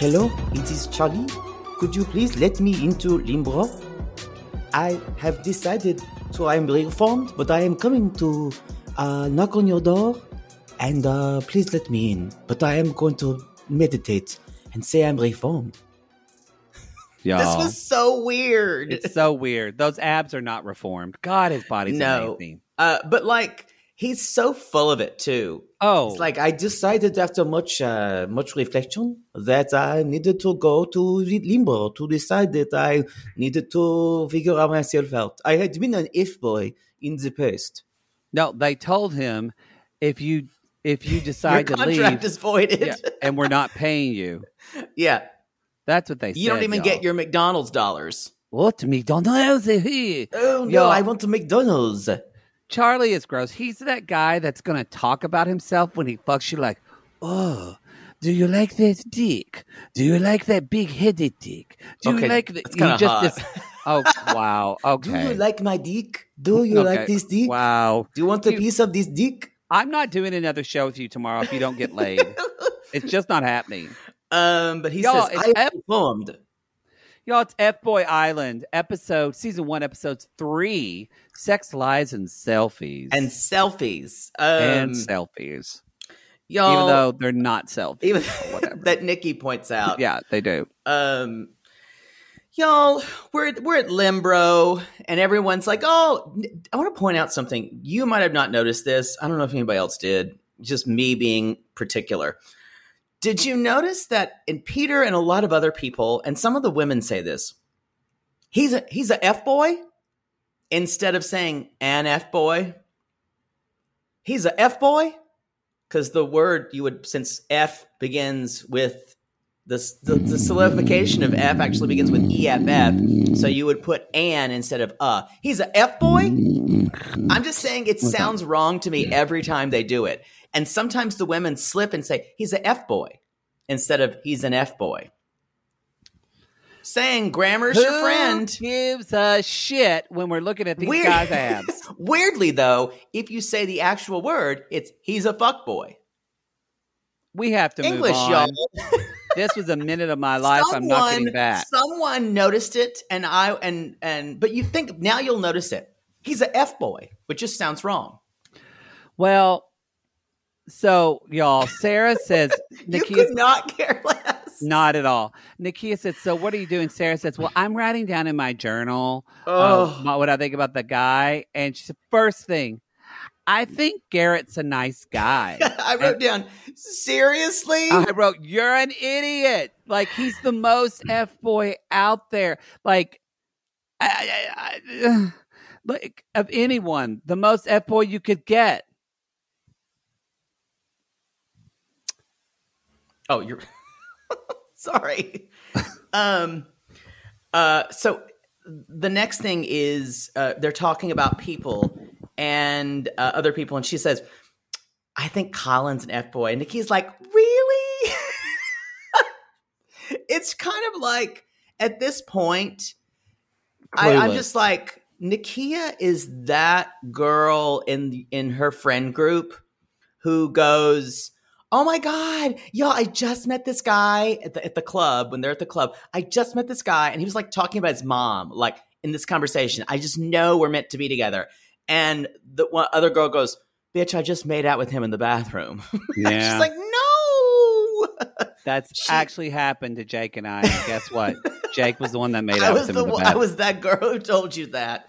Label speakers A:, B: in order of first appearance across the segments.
A: Hello, it is Charlie. Could you please let me into Limbro? I have decided so I am reformed, but I am coming to uh, knock on your door and uh, please let me in. But I am going to meditate and say I'm reformed.
B: Y'all.
C: This was so weird.
B: it's so weird. Those abs are not reformed. God, his body's
C: No.
B: amazing.
C: Uh, but like, he's so full of it too.
B: Oh,
A: It's like I decided after much uh, much reflection that I needed to go to the limbo to decide that I needed to figure out myself out. I had been an if boy in the past.
B: no, they told him if you if you
C: Your
B: decide to leave,
C: contract is voided.
B: yeah,
C: Yeah.
B: and we're not paying you. That's what they said.
C: You don't even
B: y'all.
C: get your McDonald's dollars.
B: what me don't know here.
A: Oh no,
B: Y'all-
A: I want to McDonald's.
B: Charlie is gross. He's that guy that's gonna talk about himself when he fucks you like, oh, do you like that dick? Do you like that big headed dick? Do you
C: Okay,
B: like that?
C: that's
B: You
C: kinda
B: just
C: hot.
B: dis- oh wow.
A: Do
B: Okay.
A: you like my dick? Do you like
B: Okay.
A: this dick?
B: Wow.
A: Do you want a
B: You-
A: piece of this dick?
B: I'm not doing another show with you tomorrow if you don't get laid. it's just not happening.
C: Um, but he
B: Y'all,
C: says,
B: it's
C: I am
B: F-
C: reformed.
B: Y'all, it's F Boy Island, episode season one, episode three, sex, lies, and selfies.
C: And selfies. Um,
B: And selfies.
C: y'all,
B: even though they're not selfies.
C: Oh. even
B: whatever.
C: that uh, Nikki points out.
B: yeah, they do.
C: Um, y'all, we're at, we're at Limbro, and everyone's like, "Oh, n- I want to point out something. You might have not noticed this. I don't know if anybody else did. Just me being particular. Did you notice that in Peter and a lot of other people, and some of the women say this? He's a he's a f boy instead of saying an f boy. He's a f boy because the word you would since f begins with the, the, the solidification of F actually begins with EFF, so you would put an instead of uh. He's a F boy. I'm just saying it sounds wrong to me every time they do it. And sometimes the women slip and say, he's a F boy instead of he's an F boy. Saying grammar's your
B: Who
C: friend.
B: gives a shit when we're looking at these
C: Weird-
B: guys' abs.
C: Weirdly, though, if you say the actual word, it's he's a fuck boy.
B: We have to
C: English,
B: move
C: y'all.
B: on. This was a minute of my life. I'm not getting back.
C: Someone noticed it, and I and and but you think now you'll notice it. He's a f boy, which just sounds wrong.
B: Well, so y'all, Sarah says
C: you
B: Nikia
C: could not care less.
B: not at all. Nikia says, "So what are you doing?" Sarah says, "Well, I'm writing down in my journal uh,
C: Oh.
B: my- what I think about the guy." And she said, first thing, I think Garrett's a nice guy.
C: I wrote down seriously.
B: I wrote, "You're an idiot." Like he's the most f boy out there. Like, I, I, I, like of anyone, the most f boy you could get.
C: oh, you're sorry. um, uh, so the next thing is uh, they're talking about people and uh, other people, and she says, I think Colin's an F boy. And Nikki's like, really? it's kind of like at this point, I, I'm
B: Clueless.
C: just like, Nikia is that girl in in her friend group who goes, Oh my God, y'all, I just met this guy at the, at the club when they're at the club. I just met this guy and he was like talking about his mom, like in this conversation. I just know we're meant to be together. And the one other girl goes, Bitch, I just made out with him in the bathroom. She's like, No.
B: That's actually happened to Jake and I. And guess what? Jake was the one that made
C: I
B: out
C: was
B: with him
C: the,
B: in the
C: one- I
B: bathroom.
C: was that girl who told you that.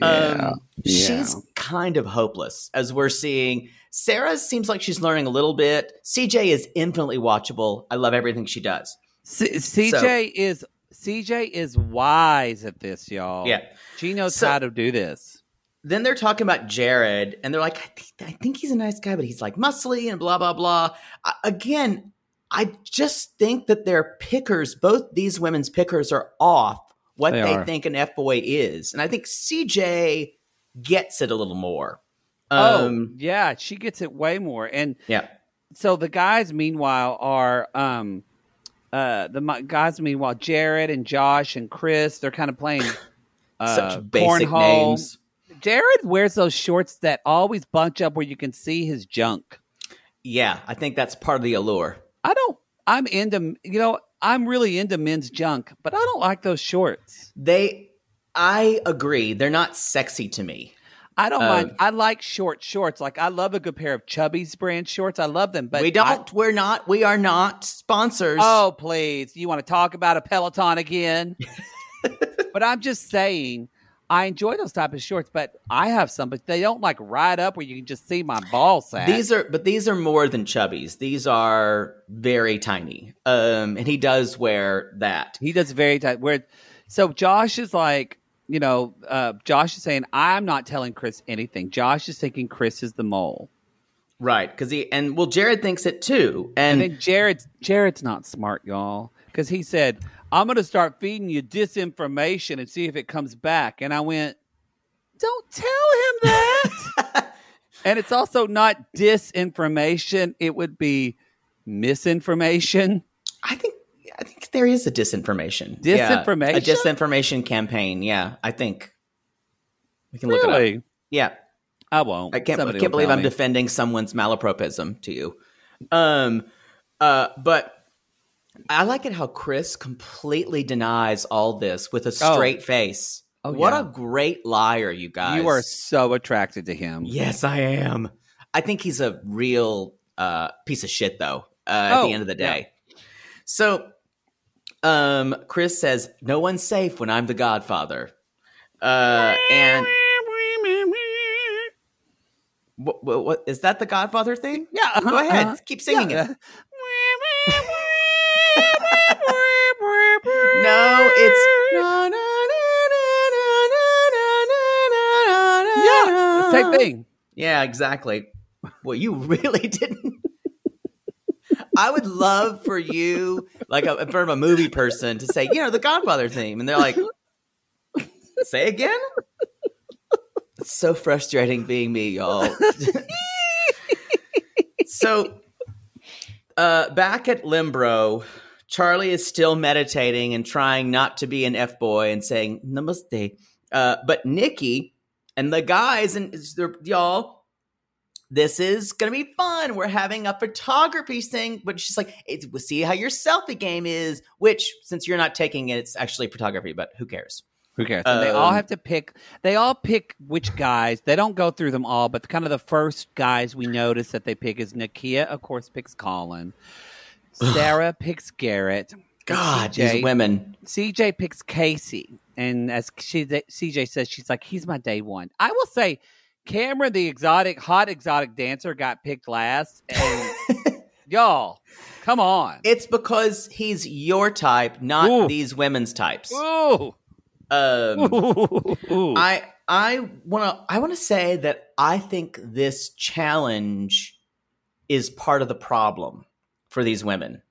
C: Um, She's kind of hopeless, as we're seeing. Sarah seems like she's learning a little bit. CJ is infinitely watchable. I love everything she does.
B: C- CJ is CJ is wise at this, y'all.
C: Yeah.
B: she knows
C: So-
B: how to do this.
C: Then they're talking about Jared, and they're like, I think, I think he's a nice guy, but he's like muscly and blah, blah, blah. I, again, I just think that their pickers, both these women's pickers, are off what
B: They
C: they,
B: are.
C: think an F boy is. And I think CJ gets it a little more. Um,
B: oh, yeah, she gets it way more. And
C: yeah.
B: so the guys, meanwhile, are um, uh, the mi- guys, meanwhile, Jared and Josh and Chris, they're kind of playing uh,
C: Such basic
B: cornhole.
C: names.
B: Jared wears those shorts that always bunch up where you can see his junk.
C: Yeah, I think that's part of the allure.
B: I don't. I'm into you know. I'm really into men's junk, but I don't like those shorts.
C: They, I agree. They're not sexy to me.
B: I don't
C: Oh.
B: mind. I like short shorts. Like I love a good pair of Chubby's brand shorts. I love them, but
C: we
B: I-
C: don't. we're not. We are not sponsors.
B: Oh, please. You want to talk about a Peloton again? but I'm just saying, I enjoy those type of shorts, but I have some, but they don't like ride up where you can just see my ball sack.
C: these are. But these are more than chubbies. These are very tiny. Um, and he does wear that.
B: he does very tight. Where, so Josh is like, you know, uh, Josh is saying, I'm not telling Chris anything. Josh is thinking Chris is the mole.
C: Right, because he and well, Jared thinks it too,
B: And
C: and,
B: then Jared's Jared's not smart, y'all, because he said, "I'm going to start feeding you disinformation and see if it comes back." And I went, "Don't tell him that." and it's also not disinformation; it would be misinformation.
C: I think I think there is a disinformation,
B: Disinformation?
C: yeah, a disinformation campaign. Yeah, I think we can look it up.
B: Really,
C: Yeah,
B: I won't.
C: I can't, I
B: Somebody
C: can't
B: will
C: believe
B: tell
C: I'm
B: me.
C: defending someone's malapropism to you. Um, uh, but I like it how Chris completely denies all this with a straight face.
B: Oh,
C: what
B: yeah.
C: a great liar, you guys.
B: you are so attracted to him.
C: Yes, I am. I think he's a real uh, piece of shit, though. Uh, at
B: Oh,
C: the end of the
B: yeah.
C: day, so um, Chris says, "No one's safe when I'm the Godfather," uh, and what, what, what is that? The Godfather thing? uh,
B: Yeah, uh-huh,
C: go ahead,
B: uh-huh.
C: keep singing
B: Yeah.
C: it. No, it's
B: Yeah, same thing.
C: Yeah, exactly. Well, you really didn't. I would love for you, like a, in front of a movie person, to say, you know, the Godfather theme, and they're like, say again. It's so frustrating being me, y'all. so, uh, back at Limbro, Charlie is still meditating and trying not to be an f boy and saying namaste. Uh, but Nikki and the guys and is there- y'all, this is gonna be fun. We're having a photography thing, but she's like, it's, we'll see how your selfie game is. Which, since you're not taking it, it's actually photography. But who cares?
B: Who cares? And they all
C: Um,
B: have to pick. They all pick which guys. They don't go through them all, but kind of the first guys we notice that they pick is Nakia, of course, picks Colin. Sarah picks Garrett.
C: God,
B: CJ
C: these women.
B: CJ picks Casey, and as she, CJ says, she's like, he's my day one. I will say, Cameron, the exotic, hot exotic dancer, got picked last. And y'all, come on.
C: It's because he's your type, not
B: Ooh.
C: these women's types.
B: Ooh.
C: Um,
B: Ooh.
C: I I want to I want to say that I think this challenge is part of the problem for these women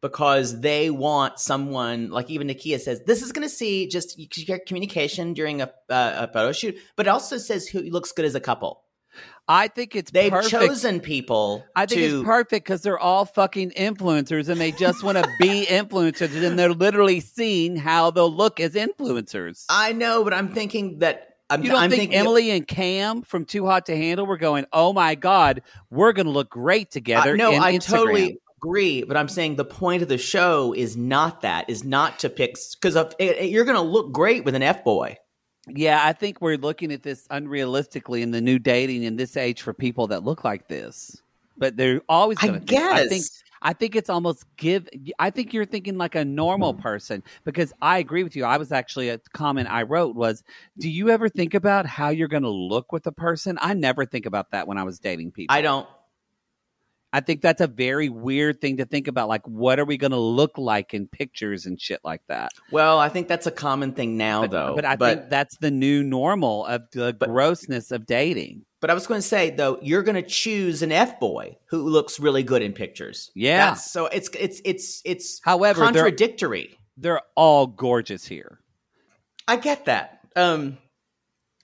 C: because they want someone like even Nakia says this is going to see just you- you get communication during a, uh, a photo shoot, but it also says who looks good as a couple.
B: I think it's
C: They've
B: perfect.
C: chosen people.
B: I think
C: to-
B: it's perfect because they're all fucking influencers and they just want to be influencers and they're literally seeing how they'll look as influencers.
C: I know, but I'm thinking that I'm,
B: You don't
C: I'm
B: think
C: thinking
B: Emily and Cam from Too Hot to Handle were going, oh my God, we're going to look great together?
C: I, Uh, no,
B: in
C: I
B: Instagram."
C: totally agree, but I'm saying the point of the show is not that. Is not to pick because eh, you're going to look great with an f boy.
B: Yeah, I think we're looking at this unrealistically in the new dating in this age for people that look like this. But they're always
C: I
B: going to think. I think
C: guess.
B: I think it's almost give I think you're thinking like a normal
C: Mm-hmm.
B: person because I agree with you. I was actually a comment I wrote was, "Do you ever think about how you're going to look with a person?" I never think about that when I was dating people.
C: I don't.
B: I think that's a very weird thing to think about like what are we going to look like in pictures and shit like that.
C: Well, I think that's a common thing now,
B: But,
C: though.
B: but I think that's the new normal of the grossness of dating.
C: But I was going to say though, you're going to choose an f boy who looks really good in pictures.
B: Yeah.
C: That's, so it's it's it's it's
B: However, there-
C: contradictory.
B: they're all gorgeous here.
C: I get that. Um.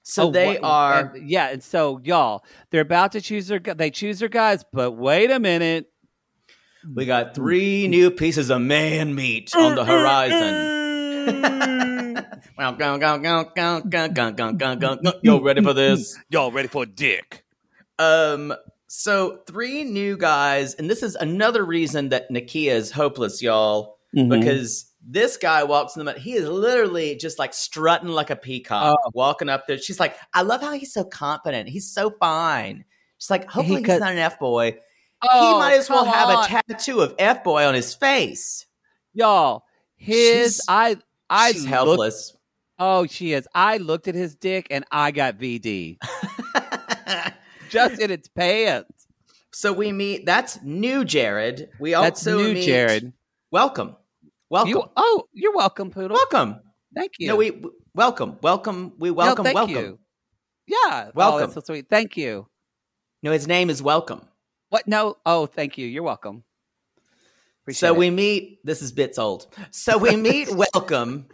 C: So
B: Oh,
C: they
B: wha-
C: are.
B: and- yeah. And so y'all, they're about to choose their gu- they choose their guys, but wait a minute,
C: we got three new pieces of man meat on the horizon. Y'all ready for this?
B: y'all ready for dick?
C: Um, so three new guys, and this is another reason that Nakia is hopeless, y'all,
B: Mm-hmm.
C: because this guy walks in the mud. He is literally just like strutting like a peacock,
B: Oh.
C: walking up there. She's like, I love how he's so confident. He's so fine. She's like, hopefully he's
B: cut-
C: not an F boy.
B: Oh,
C: he might as well
B: come
C: have
B: on.
C: a tattoo of F boy on his face.
B: Y'all, his
C: She's-
B: I I
C: She's
B: looked-
C: helpless.
B: oh, she is. I looked at his dick and I got VD just in its pants.
C: so we meet. That's new Jared. We
B: That's
C: also
B: new,
C: meet-
B: Jared.
C: Welcome, welcome,
B: You oh, you're welcome, poodle.
C: welcome.
B: Thank you.
C: No, we w- welcome, welcome, we
B: No,
C: welcome,
B: thank
C: welcome.
B: you. Yeah, Oh,
C: Welcome.
B: that's so sweet. Thank you.
C: No, his name is Welcome.
B: What? No. Oh, thank you. You're welcome. Appreciate
C: so
B: it.
C: we meet. This is bits old. So we meet Welcome.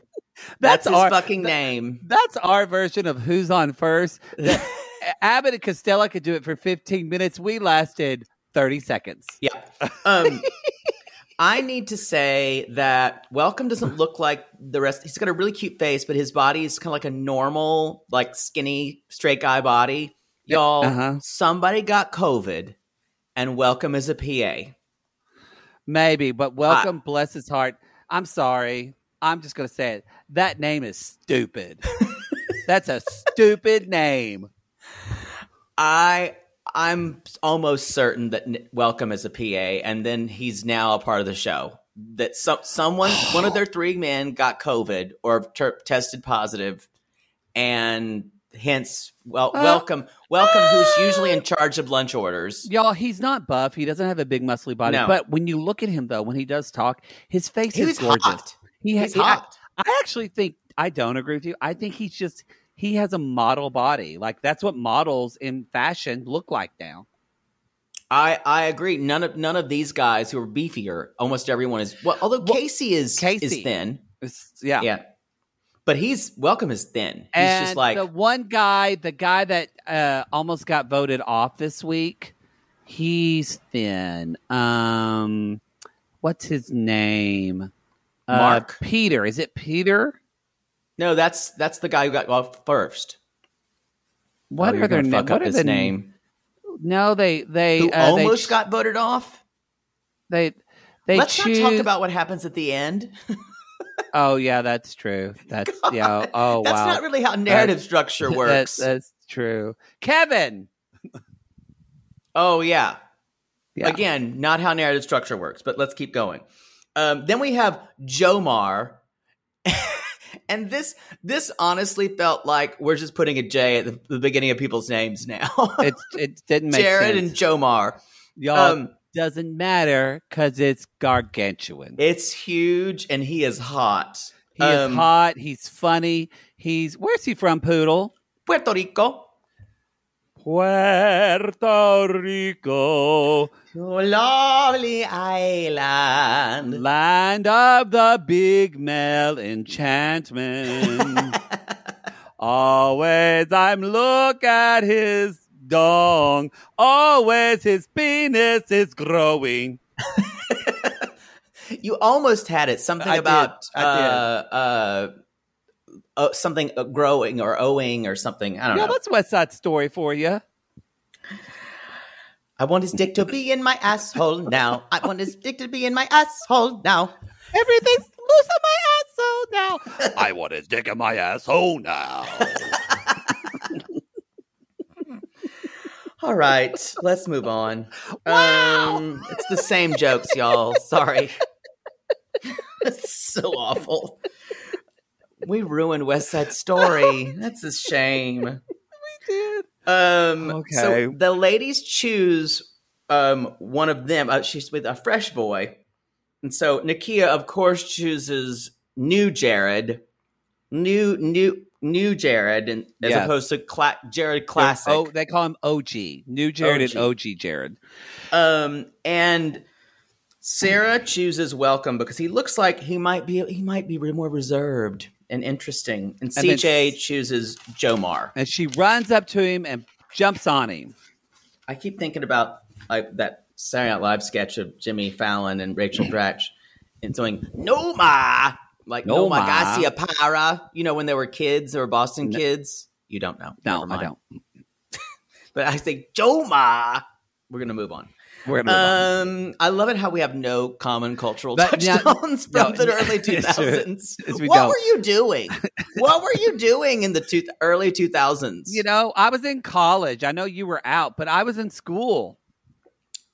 B: That's
C: That's, his
B: our-
C: fucking name.
B: That's our version of who's on first. That Abbott and Costello could do it for 15 minutes. We lasted 30 seconds.
C: Yeah. Um, I need to say that Welcome doesn't look like the rest. He's got a really cute face, but his body is kind of like a normal, like skinny, straight guy body. Y'all,
B: Uh-huh.
C: somebody got COVID, and Welcome is a PA.
B: Maybe, but welcome, bless his heart. I'm sorry. I'm just going to say it. That name is stupid. That's a stupid name.
C: I I'm almost certain that N- Welcome is a PA, and then he's now a part of the show. That some someone one of their three men got COVID or ter- tested positive, and hence well
B: Uh,
C: welcome welcome who's usually in charge of lunch orders.
B: Y'all, he's not buff. He doesn't have a big muscly body.
C: No.
B: But when you look at him, though, when he does talk, his face
C: He
B: is
C: was
B: gorgeous.
C: hot.
B: He ha-
C: He's
B: he- I-
C: hot.
B: I, actually think I don't agree with you. I think he's just he has a model body. Like that's what models in fashion look like now.
C: I I agree. None of none of these guys who are beefier. Almost everyone is. Well, although Casey is
B: Casey.
C: is thin.
B: It's- yeah.
C: Yeah. But he's welcome is thin. He's
B: And
C: just like
B: the one guy, the guy that uh, almost got voted off this week, he's thin. Um, what's his name? Uh,
C: Mark.
B: Peter. Is it Peter?
C: No, that's that's the guy who got off first. Oh,
B: What are
C: you're
B: their
C: gonna
B: na-
C: fuck
B: What
C: up
B: are
C: his
B: the
C: name?
B: No, they they
C: Who
B: uh, they
C: almost
B: ch-
C: got voted off?
B: they they
C: Let's
B: choose.
C: not talk about what happens at the end.
B: Oh yeah, that's true. That's yeah. Oh
C: that's
B: wow.
C: not really how narrative
B: That-
C: structure
B: That-
C: works.
B: that's true. Kevin.
C: oh yeah.
B: Yeah.
C: Again, not how narrative structure works, but let's keep going. Um, then we have Jomar. and this this honestly felt like we're just putting a J at the, the beginning of people's names now.
B: It it didn't make
C: Jared
B: sense.
C: and Jomar.
B: Y'all
C: um,
B: doesn't matter because it's gargantuan.
C: It's huge and he is hot.
B: he
C: Um,
B: is hot. He's funny. He's where's he from? Poodle.
C: Puerto Rico.
B: Puerto Rico,
C: Your lovely island.
B: land of the big male enchantment. Always I'm look at his dong. Always his penis is growing.
C: You almost had it. Something
B: I did.
C: about
B: I did.
C: Uh, uh, uh, something uh, growing or owing or something. I don't
B: Yeah,
C: know.
B: that's West Side Story for you.
C: I want his dick to be in my asshole now. I want his dick to be in my asshole now.
B: Everything's loose on my asshole now. I want his dick in my asshole now.
C: All right, let's move on. Wow, it's the same jokes, y'all. Sorry, it's so awful. We ruined West Side Story. That's a shame. We did. Um,
B: Okay.
C: So the ladies choose um, one of them. Uh, she's with a fresh boy, and so Nakia, of course, chooses new Jared, new new new Jared, and as
B: Yes.
C: opposed to cla- Jared classic.
B: Oh, they call him OG. New Jared and OG Jared.
C: Um, and Sarah chooses welcome because he looks like he might be he might be more reserved and interesting. And,
B: And then-
C: CJ chooses Jomar.
B: And she runs up to him and jumps on him.
C: I keep thinking about like that Saturday Night Live sketch of Jimmy Fallon and Rachel Dratch and saying "No ma," like
B: No
C: "No ma,
B: ma."
C: I see a para." You know when they were kids or Boston kids. You don't know. Never
B: No, I
C: mind.
B: don't.
C: But I say Joma. We're gonna move on.
B: We're gonna move on.
C: Um, I love it how we have no common cultural
B: But, yeah,
C: touchstones
B: no,
C: from the
B: yeah,
C: early
B: yes, sir.
C: 2000s.
B: Yes, we
C: what
B: don't.
C: were you doing? what were you doing in the two- early 2000s?
B: You know, I was in college. I know you were out, but I was in school.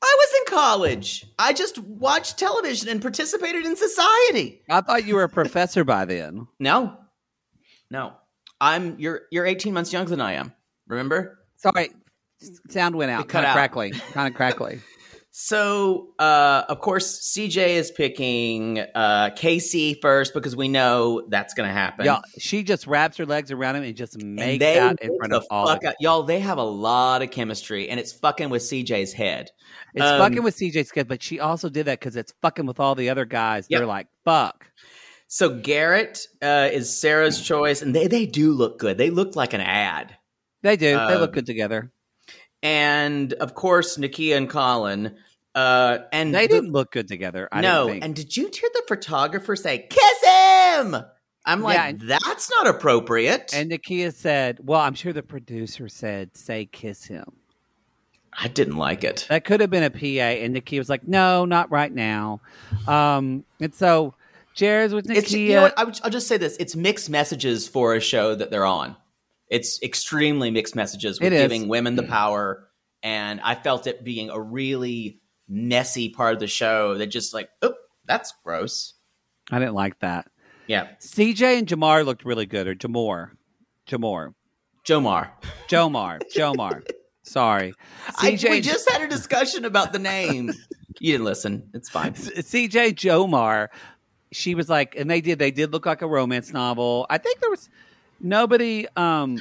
C: I was in college. I just watched television and participated in society.
B: I thought you were a professor by then.
C: No, no, I'm you're you're 18 months younger than I am. Remember?
B: Sorry, s- sound went out.
C: It cut
B: Kind of
C: out.
B: crackly. Kind of crackly.
C: So, uh, of course, CJ is picking uh, Casey first because we know that's going to happen.
B: Yeah, she just wraps her legs around him and just
C: And
B: makes
C: they
B: out in
C: make
B: front
C: the
B: of all. Of
C: fuck out- y'all. They have a lot of chemistry, and it's fucking with CJ's head.
B: It's
C: Um,
B: fucking with CJ Skid, but she also did that because it's fucking with all the other guys.
C: Yep.
B: They're like, fuck.
C: So Garrett uh, is Sarah's choice, and they they do look good. They look like an ad.
B: They do. they look
C: Um,
B: good together.
C: And of course, Nakia and Colin. Uh, and
B: They
C: the-
B: didn't look good together. I
C: no.
B: didn't think.
C: And did you hear the photographer say, "Kiss him"? I'm like,
B: Yeah, and-
C: that's not appropriate.
B: And Nakia said, well, I'm sure the producer said, say kiss him.
C: I didn't like it.
B: That could have been a PA. And Nakia was like, no, not right now. Um, and so Jared's with uh, Nakia.
C: It's you know what? I would, I'll just say this: it's mixed messages for a show that they're on. It's extremely mixed messages with
B: It is.
C: giving women the power, and I felt it being a really messy part of the show that just like, oh, that's gross.
B: I didn't like that.
C: Yeah,
B: CJ and Jamar looked really good, or Jamor. Jamor.
C: Jomar.
B: Jomar. Jomar. Sorry.
C: I-
B: CJ
C: we just had a discussion about the name. you didn't listen. It's fine.
B: CJ Jomar, she was like, and they did, they did look like a romance novel. I think there was nobody. Um,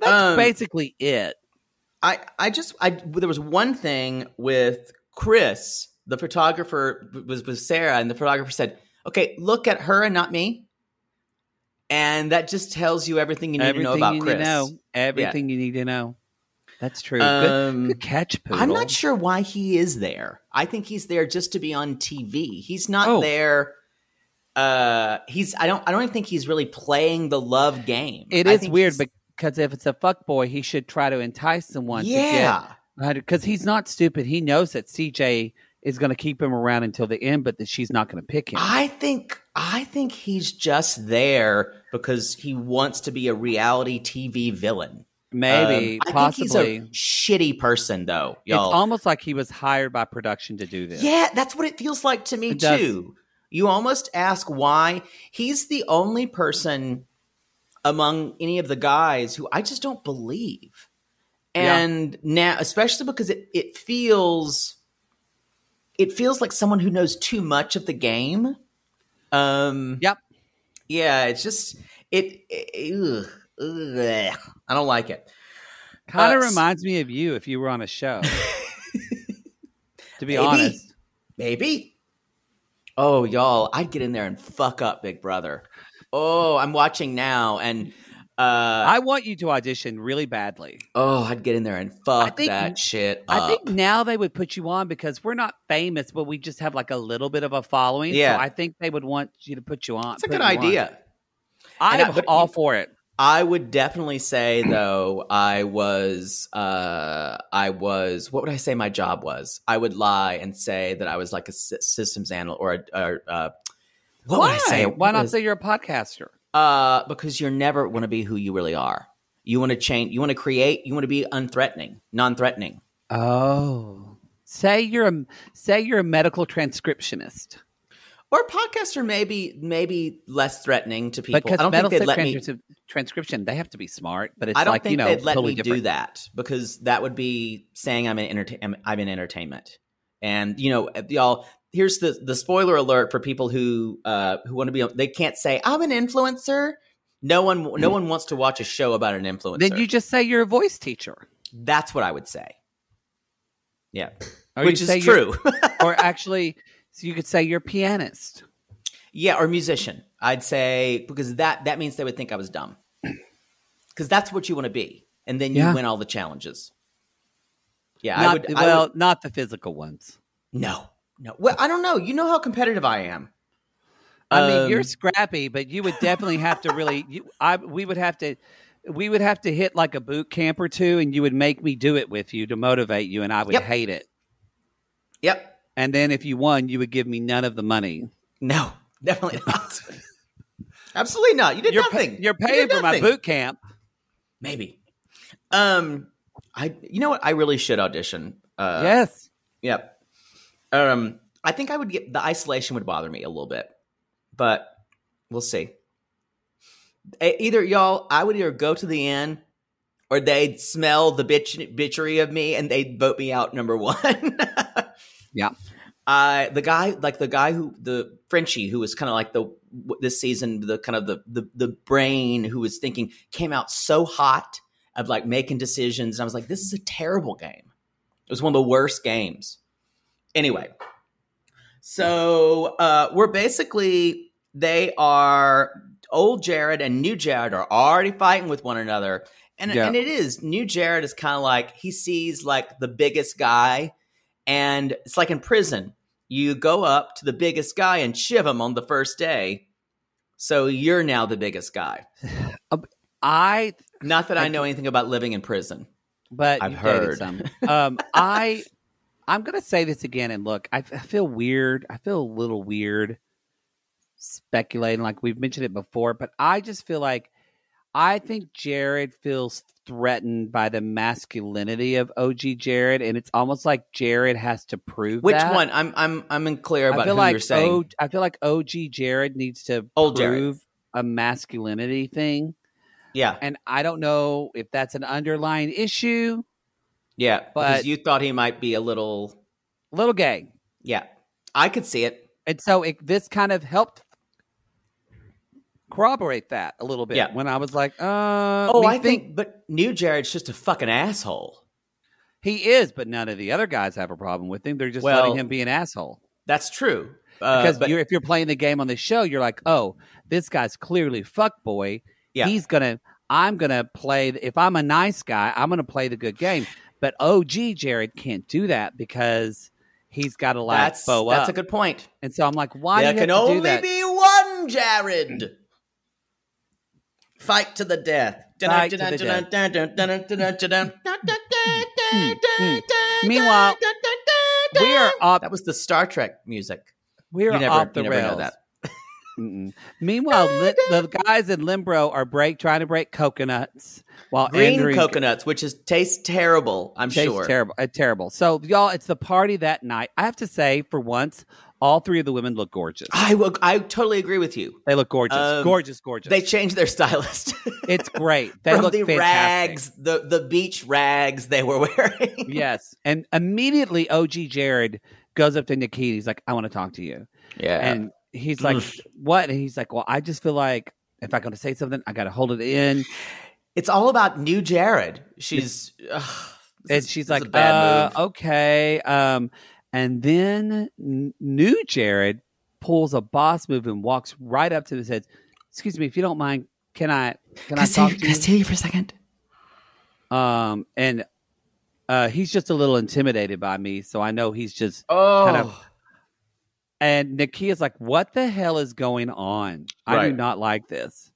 B: that's
C: Um,
B: basically it.
C: I, I just I there was one thing with Chris, the photographer was with Sarah, and the photographer said, "Okay, look at her and not me," and that just tells you everything you need
B: Everything
C: to know about
B: you
C: Chris.
B: need to know. Everything you need to know. That's true.
C: Um,
B: good, good catch, Poodle.
C: I'm not sure why he is there. I think he's there just to be on TV. He's not
B: Oh.
C: there. Uh, he's I don't I don't even think he's really playing the love game.
B: It
C: I
B: is
C: think
B: weird
C: he's-
B: because if it's a fuck boy, he should try to entice someone.
C: yeah.
B: because he's not stupid. He knows that CJ is going to keep him around until the end, but that she's not going to pick him.
C: I um, think I think he's just there because he wants to be a reality TV villain.
B: Maybe,
C: Um, I
B: possibly.
C: Think he's a shitty person, though,
B: It's
C: y'all.
B: almost like he was hired by production to do this.
C: yeah, that's what it feels like to me
B: It does.
C: too. You almost ask why he's the only person among any of the guys who I just don't believe.
B: Yeah.
C: And now, especially because it, it feels it feels like someone who knows too much of the game. Um,
B: Yep.
C: Yeah, it's just it. it- ugh, ugh, I don't like it.
B: Kind
C: Uh,
B: of
C: s-
B: reminds me of you if you were on a show. to be
C: Maybe.
B: honest,
C: Maybe. Oh, y'all, I'd get in there and fuck up Big Brother. Oh, I'm watching now, and Uh,
B: I want you to audition really badly.
C: oh, I'd get in there and fuck
B: think-
C: that shit up.
B: I think now they would put you on because we're not famous, but we just have like a little bit of a following.
C: Yeah.
B: So I think they would want you to put you on.
C: it's a
B: put
C: good
B: you on.
C: idea.
B: I
C: And I-
B: am
C: but-
B: all for it.
C: I would definitely say though I was uh I was what would I say my job was? I would lie and say that I was like a sy- systems analyst or a, or, uh what
B: Why?
C: would I say?
B: Why not
C: Was-
B: say you're a podcaster?
C: uh because you're never want to be who you really are. You want to change, you want to create, you want to be unthreatening, non-threatening.
B: Oh, say you're a say you're a medical transcriptionist
C: Or a podcaster maybe maybe less threatening to people.
B: because
C: I don't think
B: medical
C: they'd let me
B: transcription- transcription they have to be smart, but it's
C: I don't
B: like
C: think
B: you know
C: they'd let
B: totally
C: me
B: different.
C: do that because that would be saying I'm in entertain I'm, I'm in entertainment, and you know uh, y'all. Here's the the spoiler alert for people who uh, who want to be on- they can't say I'm an influencer. No one no one wants to watch a show about an influencer.
B: Hmm. Then you just say you're a voice teacher,
C: That's what I would say. Yeah,
B: Or
C: which
B: you
C: is
B: say you're-
C: true.
B: or actually, so you could say you're a pianist.
C: yeah, or musician. I'd say because that that means they would think I was dumb. Because that's what you want to be, and then you
B: Yeah.
C: win all the challenges. Yeah,
B: Not,
C: I would. I would-
B: well, not the physical ones.
C: No, no. Well, I don't know. You know how competitive I am.
B: I mean, you're
C: Um,
B: scrappy, but you would definitely have to really. You, I we would have to, we would have to hit like a boot camp or two, and you would make me do it with you to motivate you, and I would
C: Yep.
B: hate it.
C: Yep.
B: And then if you won, you would give me none of the money.
C: No, definitely not. Absolutely not. You did
B: You're, pa-
C: nothing.
B: you're
C: You
B: paying
C: did
B: for my
C: nothing.
B: boot camp.
C: Maybe. Um, I. You know what? I really should audition. Uh,
B: yes,
C: Yep. Um, I think I would get the isolation would bother me a little bit, but we'll see. E- Either y'all, I would either go to the end, or they'd smell the bitch bitchery of me and they'd vote me out number one.
B: Yeah.
C: Uh, the guy, like the guy who the Frenchie, who was kind of like the this season, the kind of the, the the brain who was thinking came out so hot of like making decisions, and I was like, this is a terrible game. It was one of the worst games. Anyway, so uh, we're basically they are old Jared and new Jared are already fighting with one another, and
B: Yeah.
C: and it is new Jared is kind of like he sees like the biggest guy, and it's like in prison you go up to the biggest guy and shiv him on the first day, so you're now the biggest guy.
B: I.
C: Not that I,
B: I
C: know anything about living in prison.
B: But
C: I've
B: you've
C: heard.
B: dated some. Um, I. I'm gonna say this again, and look, I, f- I feel weird. I feel a little weird speculating, like we've mentioned it before, but I just feel like I think Jared feels threatened by the masculinity of OG Jared, and it's almost like Jared has to prove
C: Which
B: that.
C: one? I'm I'm I'm unclear about
B: I feel
C: who
B: like
C: you're saying.
B: O- I feel like OG Jared needs to
C: Old Jared.
B: prove a masculinity thing,
C: yeah,
B: and I don't know if that's an underlying issue.
C: yeah. because
B: but-
C: you thought he might be a little
B: Little gay,
C: Yeah, I could see it.
B: and so it, this kind of helped corroborate that a little bit.
C: Yeah.
B: When I was like, uh,
C: Oh,
B: me
C: I think, but New Jared's just a fucking asshole.
B: He is, but none of the other guys have a problem with him. They're just
C: Well,
B: letting him be an asshole.
C: That's true. Uh,
B: Because
C: but-
B: you're, if you're playing the game on the show, you're like, oh, this guy's clearly fuck boy.
C: Yeah.
B: He's gonna. I'm gonna play. If I'm a nice guy, I'm gonna play the good game. But OG Jared can't do that because he's got to like
C: that's
B: bow
C: that's
B: up.
C: a good point.
B: and so I'm like, why
C: there
B: do you
C: can
B: have to
C: only
B: do that?
C: be one Jared. Fight to the death.
B: Fight to the Meanwhile, we are off.
C: That was the Star Trek music.
B: We are
C: you never,
B: off the
C: you never
B: rails.
C: know that.
B: Mm-mm. Meanwhile, li- the guys in Limbro are break trying to break coconuts while
C: Green
B: Andrew
C: coconuts, which is tastes terrible. I'm
B: tastes
C: sure.
B: terrible. uh, terrible. So y'all, it's the party that night. I have to say, for once, all three of the women look gorgeous.
C: I will, I totally agree with you.
B: They look gorgeous,
C: Um,
B: gorgeous, gorgeous.
C: They changed their stylist.
B: it's great. They
C: from
B: look
C: the
B: fantastic.
C: rags, the the beach rags they were wearing.
B: Yes, and immediately OG Jared goes up to Nikki. He's like, "I want to talk to you,"
C: Yeah.
B: and he's like, "What?" And he's like, "Well, I just feel like if I'm going to say something, I got to hold it in."
C: it's all about new Jared. She's ugh, this
B: and
C: is-
B: she's
C: this is
B: like,
C: a bad
B: uh,
C: move.
B: okay. Um, and then n- new Jared pulls a boss move and walks right up to him and says, "Excuse me, if you don't mind, Can I? Can I
C: I
B: talk
C: stay,
B: to
C: can I
B: you?
C: stay here for a second?
B: Um, and uh, he's just a little intimidated by me, so I know he's just
C: Oh,
B: kind of. And Nakia's like, "What the hell is going on? I do
C: Right.
B: not like this."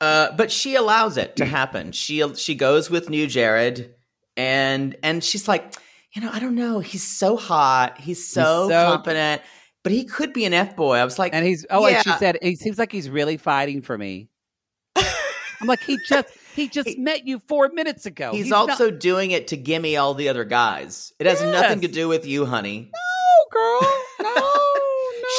C: Uh, but she allows it to happen. She she goes with new Jared, and and she's like, you know, I don't know. He's so hot. He's so,
B: so-
C: competent, but he could be an f boy. I was like,
B: And he's oh, and she
C: Yeah.
B: said, "It seems like he's really fighting for me." I'm like, he just he just met you four minutes ago.
C: he's,
B: not-
C: also doing it to gimme all the other guys. It has nothing to
B: Yes.
C: do with you, honey.
B: no girl. No, no,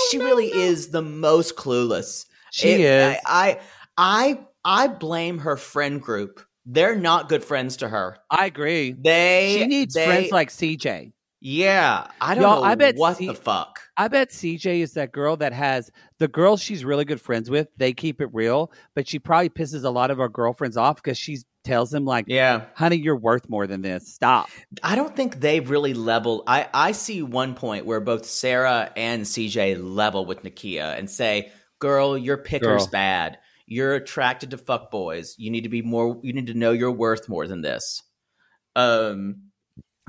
C: she
B: no,
C: really
B: no.
C: is the most clueless.
B: She
C: It-
B: is.
C: I, I I I blame her friend group. They're not good friends to her.
B: I agree.
C: They
B: She needs
C: they-
B: friends like CJ.
C: yeah. I don't
B: Y'all,
C: know
B: I bet
C: what
B: C-
C: the fuck.
B: I bet CJ is that girl that has the girls she's really good friends with. They keep it real, but she probably pisses a lot of our girlfriends off because she tells them like,
C: Yeah.
B: "Honey, you're worth more than this. Stop."
C: I don't think they really level. I, I see one point where both Sarah and CJ level with Nakia and say, Girl, your picker's
B: Girl.
C: bad. You're attracted to fuckboys. You need to be more, you need to know you're worth more than this. Um,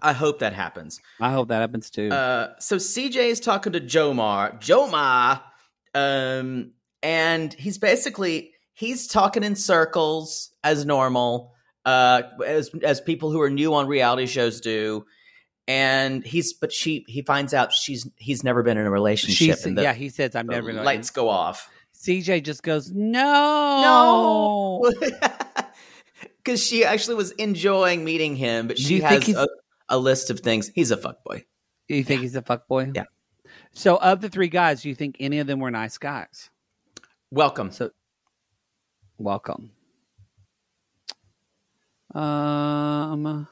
C: I hope that happens.
B: I hope that happens too.
C: Uh, so CJ is talking to Jomar, Jomar, um, and he's basically he's talking in circles as normal, uh, as as people who are new on reality shows do. And he's but she he finds out she's he's never been in a relationship.
B: She's,
C: and the,
B: yeah, he says, "I'm
C: the
B: never." gonna-"
C: lights go off.
B: CJ just goes, "No,
C: Because she actually was enjoying meeting him, but
B: Do
C: she
B: you think
C: has
B: he's-
C: a, a list of things. He's a fuckboy.
B: You think he's a fuckboy?
C: Yeah.
B: So, of the three guys, do you think any of them were nice guys?
C: Welcome.
B: So- Welcome. Um,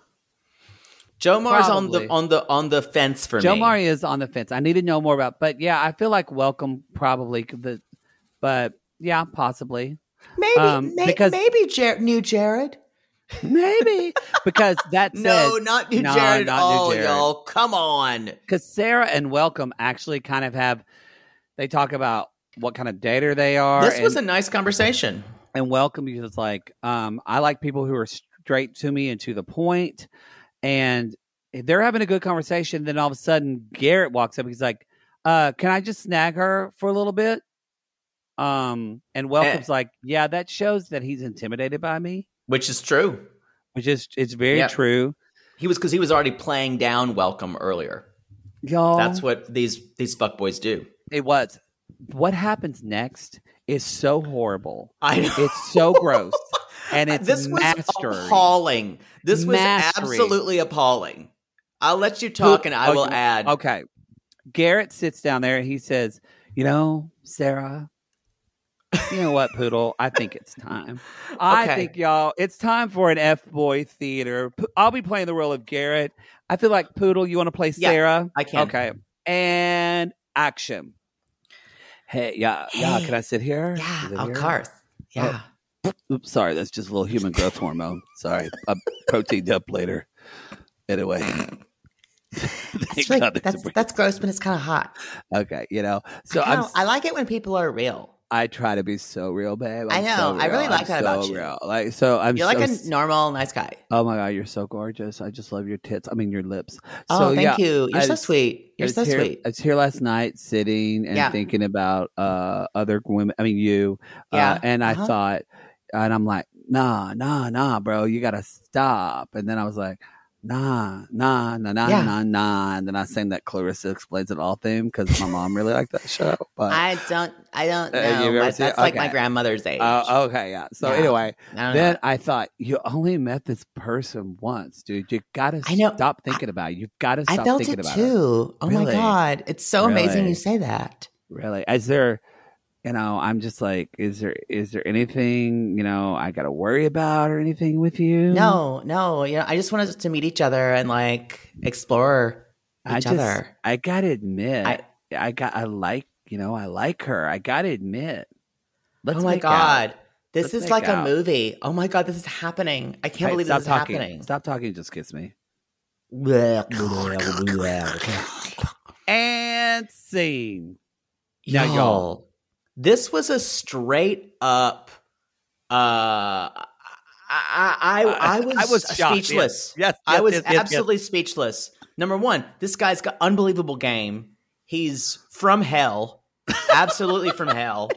C: Jomar's on
B: Probably.
C: the on the on the fence for
B: Joe
C: me.
B: Mari is on the fence. I need to know more about, but yeah, I feel like welcome probably, could- but, but yeah, possibly.
C: maybe
B: um, because-
C: maybe Jer- new Jared.
B: Maybe because that
C: No,
B: says-
C: not new
B: No,
C: Jared at
B: not New
C: all,
B: Jared.
C: y'all. Come on.
B: because Sarah and Welcome actually kind of have they talk about what kind of dater they are.
C: This
B: and,
C: was a nice conversation.
B: and Welcome you was like, um, I like people who are straight to me and to the point, and they're having a good conversation. Then all of a sudden, Garrett walks up. He's like, uh, "Can I just snag her for a little bit?" Um,
C: Eh.
B: and Welcome's like, "Yeah, that shows that he's intimidated by me,
C: Which is true.
B: which is it's very
C: Yeah.
B: true,
C: He was because he was already playing down welcome earlier.
B: y'all."
C: That's what these these fuckboys do.
B: it was. What happens next is so horrible.
C: I know.
B: It's so gross. And it's
C: this was
B: mastery.
C: appalling. This was
B: Mastery.
C: absolutely appalling. I'll let you talk, and I
B: Oh,
C: will
B: you-
C: add.
B: Okay. Garrett sits down there and he says, You know, Sarah, you know what, Poodle? I think it's time. I
C: Okay.
B: think, y'all, it's time for an F boy theater. P- I'll be playing the role of Garrett. I feel like, Poodle, you want to play
C: Yeah,
B: Sarah?
C: I can.
B: Okay. And action. Hey, yeah, yeah,
C: Hey.
B: can I sit here?
C: Yeah,
B: Is it
C: of
B: here?
C: course. Yeah.
B: Oops, sorry, that's just a little human growth hormone. Sorry, I'm proteined up later. Anyway, Thank
C: It's really-
B: God there's a
C: that's,
B: break.
C: that's gross, but it's kind of hot.
B: okay, you know, so I'm,
C: No,
B: s-
C: I like it when people are real.
B: I try to be so real, babe.
C: I
B: I'm
C: know.
B: so
C: I really
B: real.
C: like
B: I'm
C: that about
B: so
C: you.
B: Real. Like, so I'm.
C: You're like
B: so
C: a
B: s-
C: normal, nice guy.
B: oh my god, you're so gorgeous. I just love your tits. I mean, your lips.
C: Oh,
B: so, yeah,
C: thank you. You're
B: I
C: so
B: was-
C: sweet.
B: I
C: You're
B: was
C: so
B: here,
C: sweet.
B: I was here last night, sitting and
C: Yeah.
B: thinking about uh other women. I mean, you.
C: Yeah.
B: Uh, and I
C: Uh-huh.
B: thought, and I'm like, nah, nah, nah, bro, you gotta stop. And then I was like, nah, nah, nah, nah,
C: Yeah.
B: nah, nah. And then I sang that Clarissa explains it all theme because my mom really liked that show. But
C: I don't. I don't
B: Uh,
C: know.
B: you've ever
C: but
B: seen it?
C: that's like my
B: Okay.
C: grandmother's age.
B: Oh, okay, yeah. So
C: Yeah. Uh-huh.
B: anyway,
C: I don't
B: then
C: know.
B: I thought you only met this person once, dude. You gotta
C: I know.
B: stop thinking about it. You've gotta
C: I
B: stop
C: felt
B: thinking
C: it
B: about it.
C: too. Oh my
B: Really?
C: god, it's so amazing
B: Really?
C: you say that.
B: Really? Is there, you know, I'm just like, is there, is there anything, you know, I gotta worry about or anything with you?
C: No, no. You know, I just wanted us to meet each other and like explore each
B: I just,
C: other.
B: I gotta admit, I,
C: I-
B: got, I like, you know, I like her. I gotta admit. Let's
C: oh my
B: make
C: god,
B: out.
C: this
B: Let's
C: is
B: make
C: like
B: out.
C: a movie. Oh my god, this is happening. I can't
B: Hey,
C: believe
B: stop
C: this is
B: talking.
C: happening.
B: Stop talking. Just kiss me. And scene. Now, y'all.
C: Y'all, this was a straight up Uh, I, I, I, I was,
B: Uh, I was shocked, yes.
C: speechless.
B: Yes,
C: I
B: yes,
C: was
B: yes, yes, yes.
C: absolutely speechless. Number one, this guy's got unbelievable game. He's from hell, absolutely from hell.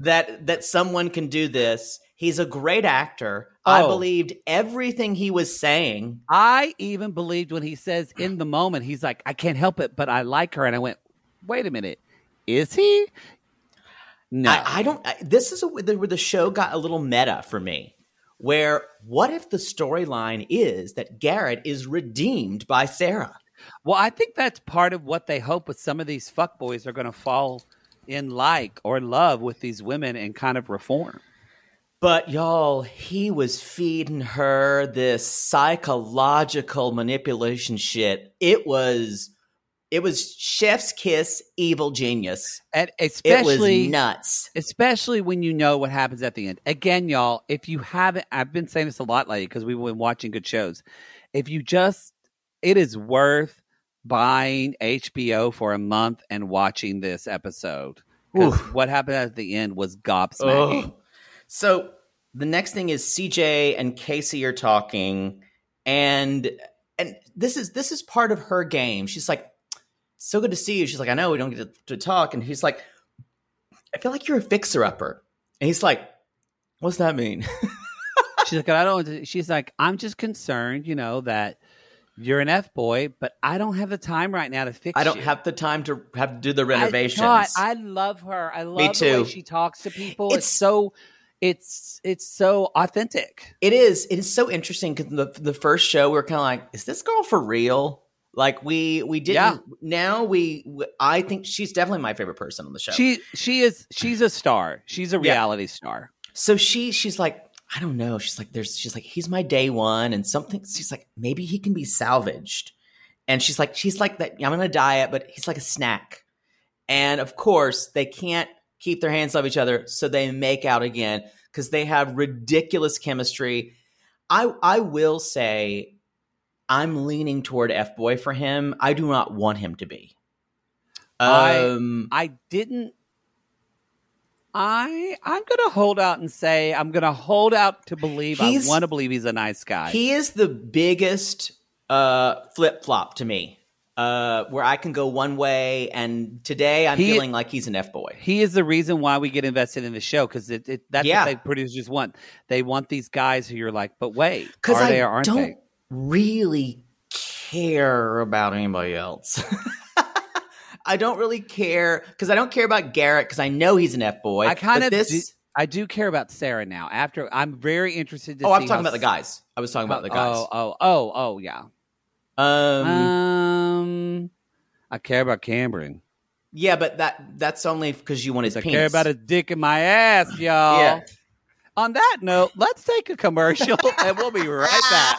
C: That that someone can do this. He's a great actor. I
B: Oh.
C: believed everything he was saying.
B: I even believed when he says in the moment, he's like, I can't help it, but I like her. And I went, wait a minute, is he? No.
C: I, I don't. I, this is a, where the where the show got a little meta for me. Where what if the storyline is that Garrett is redeemed by Sarah?
B: well, I think that's part of what they hope with some of these fuckboys are going to fall in like or love with these women and kind of reform.
C: But y'all, he was feeding her this psychological manipulation shit. It was it was chef's kiss evil genius.
B: And
C: It
B: especially
C: was nuts.
B: especially when you know what happens at the end. Again, y'all, if you haven't, I've been saying this a lot lately because we've been watching good shows. If you just, it is worth buying HBO for a month and watching this episode. 'Cause what happened at the end was gobsmacking.
C: Ugh. Oh. So the next thing is CJ and Casey are talking and and this is this is part of her game. She's like so good to see you. She's like, I know we don't get to, to talk. And he's like, I feel like you're a fixer upper. And he's like, What's that mean?
B: She's like, I don't. She's like, I'm just concerned, you know, that you're an f boy, but I don't have the time right now to fix.
C: I don't
B: you.
C: have the time to have to do the
B: I-
C: renovations.
B: God, I, love her. I love the
C: too.
B: way she talks to people. It's,
C: It's-
B: so it's it's so authentic.
C: it is. It is so interesting because the the first show we were kind of like, is this girl for real? Like we we didn't.
B: Yeah.
C: Now we, we I think she's definitely my favorite person on the show.
B: She she is she's a star. She's a
C: Yeah.
B: reality star.
C: so she she's like I don't know. She's like there's she's like he's my day one and something. She's like maybe he can be salvaged. And she's like she's like that. I'm on a diet, but he's like a snack. And of course they can't keep their hands off each other, so they make out again because they have ridiculous chemistry. I I will say I'm leaning toward F boy for him. I do not want him to be.
B: I-
C: Um,
B: I didn't I I'm gonna hold out and say I'm gonna hold out to believe
C: He's-
B: I want to believe he's a nice guy.
C: He is the biggest uh, flip flop to me, uh, where I can go one way, and today I'm
B: He-
C: feeling like he's an f boy.
B: he is the reason why we get invested in the show because it, it, that's
C: Yeah.
B: what they producers want. They want these guys who you're like, but wait,
C: Because
B: are
C: I
B: they or aren't
C: don't
B: they?
C: really care about anybody else. I don't really care because I don't care about Garrett because I know he's an f boy.
B: I kind of
C: this.
B: do, I do care about Sarah now. After I'm very interested to
C: oh,
B: see
C: I'm talking
B: how
C: about the guys. I was talking about the guys.
B: Oh, oh, oh, oh, yeah.
C: um,
B: Um, I care about Cameron.
C: yeah, but that that's only because you want his
B: I
C: penis.
B: care about a dick in my ass, y'all.
C: Yeah.
B: On that note, let's take a commercial and we'll be right back.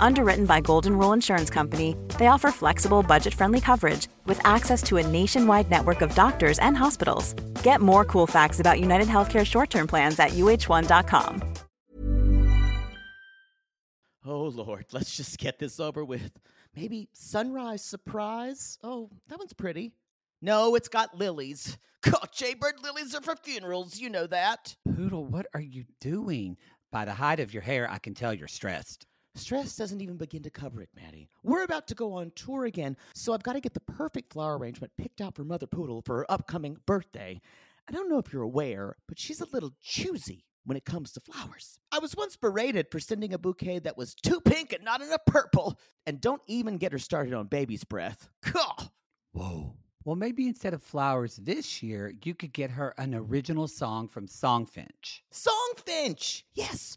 D: Underwritten by Golden Rule Insurance Company, they offer flexible, budget friendly coverage with access to a nationwide network of doctors and hospitals. Get more cool facts about United Healthcare short term plans at uh1.com.
C: Oh Lord, let's just get this over with. Maybe sunrise surprise. Oh, that one's pretty. No, it's got lilies. God, Jaybird lilies are for funerals. You know that.
B: Poodle, what are you doing? By the height of your hair, I can tell you're stressed.
C: Stress doesn't even begin to cover it, Maddie. We're about to go on tour again, so I've got to get the perfect flower arrangement picked out for Mother Poodle for her upcoming birthday. I don't know if you're aware, but she's a little choosy when it comes to flowers. I was once berated for sending a bouquet that was too pink and not enough purple. And don't even get her started on baby's breath. Gah!
B: Whoa. Well, maybe instead of flowers this year, you could get her an original song from Songfinch.
C: Songfinch! Yes!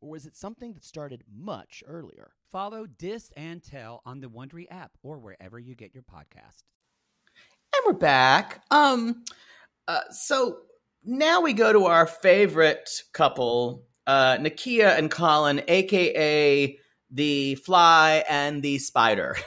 C: or was it something that started much earlier?
B: Follow Dis and Tell on the Wondery app or wherever you get your podcast.
E: And we're back. Um, uh, so now we go to our favorite couple, uh, Nakia and Colin, aka the fly and the spider.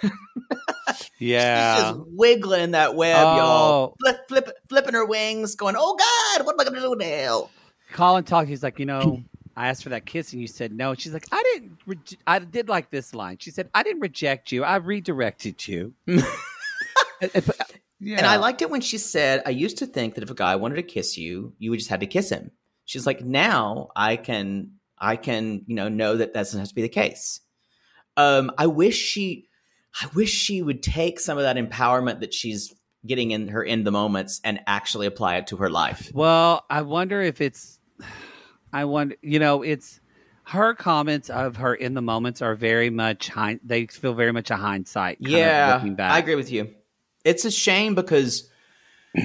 E: She's
F: Yeah.
E: just wiggling in that web, y'all.
F: Oh.
E: Flip, flip, flipping her wings, going, "Oh God, what am I going to do now?"
F: Colin talked. He's like, you know, I asked for that kiss and you said no. She's like, I didn't. Re- I did like this line. She said, I didn't reject you. I redirected you. yeah.
E: And I liked it when she said, I used to think that if a guy wanted to kiss you, you would just had to kiss him. She's like, now I can, I can, you know, know that that doesn't have to be the case. Um, I wish she, I wish she would take some of that empowerment that she's getting in her in the moments and actually apply it to her life.
F: Well, I wonder if it's. I wonder. You know, it's her comments of her in the moments are very much. Hind, they feel very much a hindsight. kind of
E: yeah,
F: looking back.
E: I agree with you. It's a shame because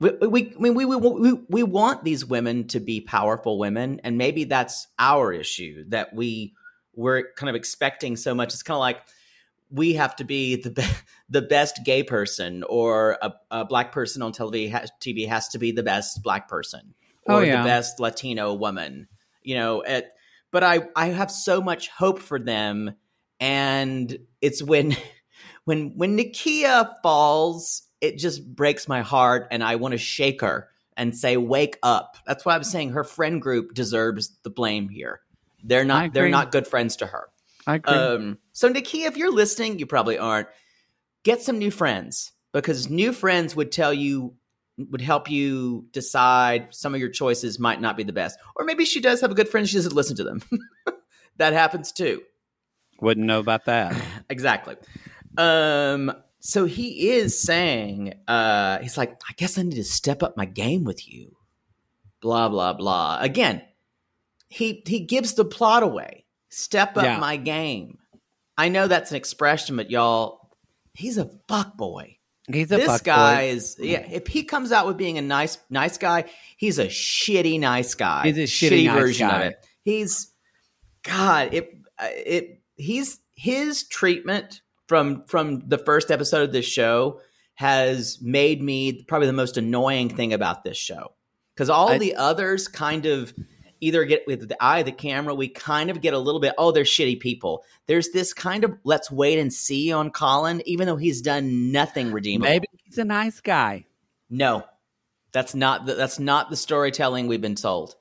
E: we, we, I mean, we, we, we, we want these women to be powerful women, and maybe that's our issue that we we're kind of expecting so much. It's kind of like we have to be the be- the best gay person, or a, a black person on televi- ha- TV has to be the best black person, or
F: Oh, yeah.
E: the best Latino woman. You know, at, but I I have so much hope for them and it's when when when Nikia falls, it just breaks my heart, and I want to shake her and say, "Wake up!" That's why I'm saying her friend group deserves the blame here. They're
F: I
E: not
F: agree.
E: they're not good friends to her.
F: I agree.
E: Um, so Nikia, if you're listening, you probably aren't. Get some new friends because new friends would tell you would help you decide some of your choices might not be the best. Or maybe she does have a good friend, she doesn't listen to them. that happens too.
B: Wouldn't know about that.
E: Exactly. Um, so he is saying, uh, he's like, I guess I need to step up my game with you. Blah, blah, blah. Again, he he gives the plot away. Step up
B: Yeah.
E: my game. I know that's an expression, but y'all, he's a fuck boy.
B: He's a
E: This
B: fuckboy.
E: guy is yeah. If he comes out with being a nice nice guy, he's a shitty nice guy.
B: He's a shitty nice guy.
E: it. He's God. It it he's his treatment from from the first episode of this show has made me probably the most annoying thing about this show because all
B: I-
E: the others kind of either get with the eye of the camera we kind of get a little bit oh they're shitty people there's this kind of let's wait and see on colin even though he's done nothing redeemable
B: Maybe he's a nice guy.
E: no, that's not the, that's not the storytelling we've been told.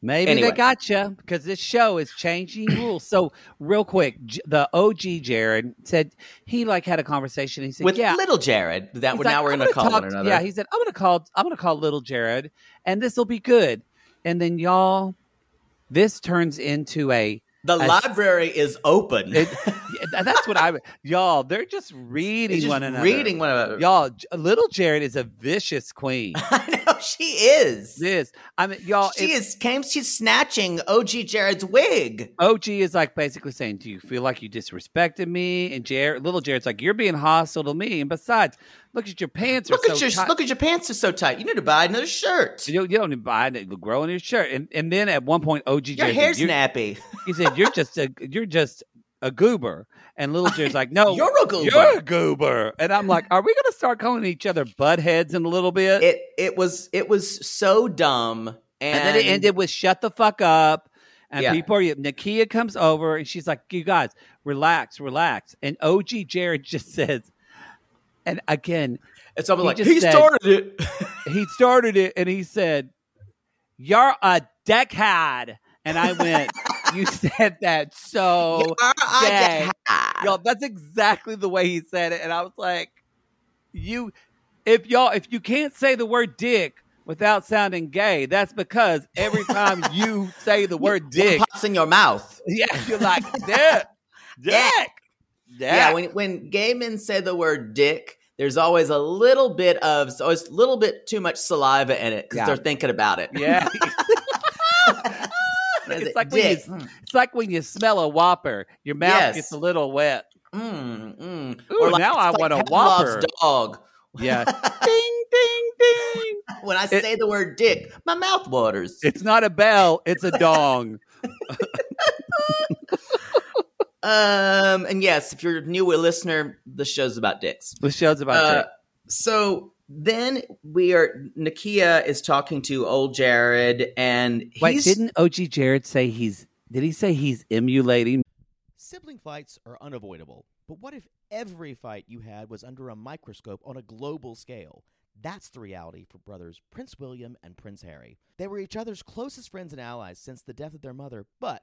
B: Maybe
E: Anyway.
B: they gotcha because this show is changing rules. So real quick, J- the OG Jared said he like had a conversation. He said,
E: With
B: "Yeah,
E: little Jared, that
B: he's
E: we're
B: like,
E: now we're
B: I'm
E: going to call
B: talk
E: one
B: to-
E: another.
B: Yeah, he said I'm gonna call I'm gonna call little Jared, and this will be good. And then y'all, this turns into a
E: the
B: as-
E: library is open.
B: it, yeah, that's what I y'all. They're just reading
E: It's just
B: one another.
E: reading one another.
B: Y'all, J- little Jared is a vicious queen.
E: I know she is.
B: this I mean, y'all.
E: she
B: it's-
E: is came. She's snatching OG Jared's wig.
B: OG is like basically saying, "Do you feel like you disrespected me?" And Jared, little Jared's like, "You're being hostile to me." And besides, look at your pants.
E: Look
B: are
E: at
B: so
E: your
B: tight.
E: look at your pants are so tight. You need to buy another shirt.
B: You, you don't need to buy it. Grow in your shirt. And and then at one point, OG
E: Your
B: Jared,
E: hair's
B: said, "You're-
E: nappy.
B: he said, "You're just a you're just a goober." And little Jared's like, "No,
E: You're a goober."
B: You're a goober." And I'm like, "Are we gonna start calling each other butt heads in a little bit?"
E: It it was it was so dumb. And,
B: And then it ended with "Shut the fuck up." And
E: Yeah.
B: people are Nakia comes over and she's like, "You guys, relax, relax." And OG Jared just says, and again,
E: It's almost
B: he
E: like
B: just
E: he
B: said-
E: started it.
B: he started it and he said, "You're a deckhead," and I went, "You said that so."
E: You're a
B: gay."
E: dickhead.
B: Y'all, that's exactly the way he said it, and I was like, "You, if y'all, if you can't say the word dick." Without sounding gay, that's because every time you say the word dick,
E: pops in your mouth.
B: Yeah, you're like dick,
E: Yeah.
B: dick,
E: Yeah,
B: dick.
E: when when gay men say the word dick, there's always a little bit of so it's a little bit too much saliva in it because
B: Yeah.
E: they're thinking about it.
B: Yeah,
E: Is
B: it's
E: it
B: like when you,
E: dick?
B: it's like when you smell a Whopper, your mouth
E: Yes.
B: gets a little wet.
E: Mm, mm.
B: Ooh, now I
E: it's
B: want a
E: Pavlov's
B: Whopper.
E: dog.
B: Yeah, ding, ding, ding.
E: When I say the word dick, my mouth waters.
B: It's not a bell, it's a dong.
E: Um, and yes, if you're a new listener, the show's about dicks.
B: The show's about
E: Uh,
B: dick.
E: so then we are Nakia is talking to old Jared, and he's
B: Wait, didn't OG Jared say he's? Did he say he's emulating?
C: Sibling fights are unavoidable, but what if every fight you had was under a microscope on a global scale? That's the reality for brothers Prince William and Prince Harry. They were each other's closest friends and allies since the death of their mother, but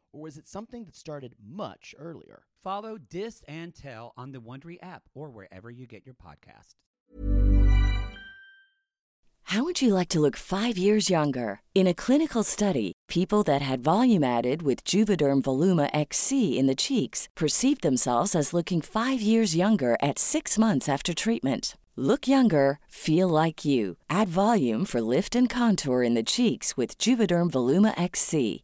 C: or was it something that started much earlier?
G: Follow Dis and Tell on the Wondery app or wherever you get your podcast.
H: How would you like to look five years younger? In a clinical study, people that had volume added with Juvederm Voluma XC in the cheeks perceived themselves as looking five years younger at six months after treatment. Look younger, feel like you. Add volume for lift and contour in the cheeks with Juvederm Voluma XC.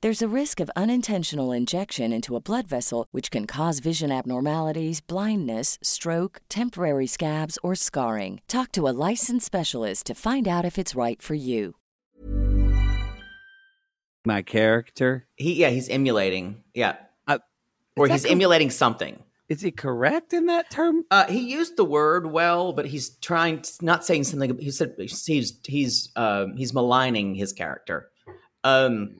H: There's a risk of unintentional injection into a blood vessel, which can cause vision abnormalities, blindness, stroke, temporary scabs, or scarring. Talk to a licensed specialist to find out if it's right for you.
B: My character.
E: He yeah, he's emulating. Yeah.
B: Uh,
E: or
B: is that
E: he's
B: com-
E: emulating something.
B: Is he correct in that term?
E: Uh, he used the word well, but he's trying to, not saying something. He said he's he's um, he's maligning his character. Um,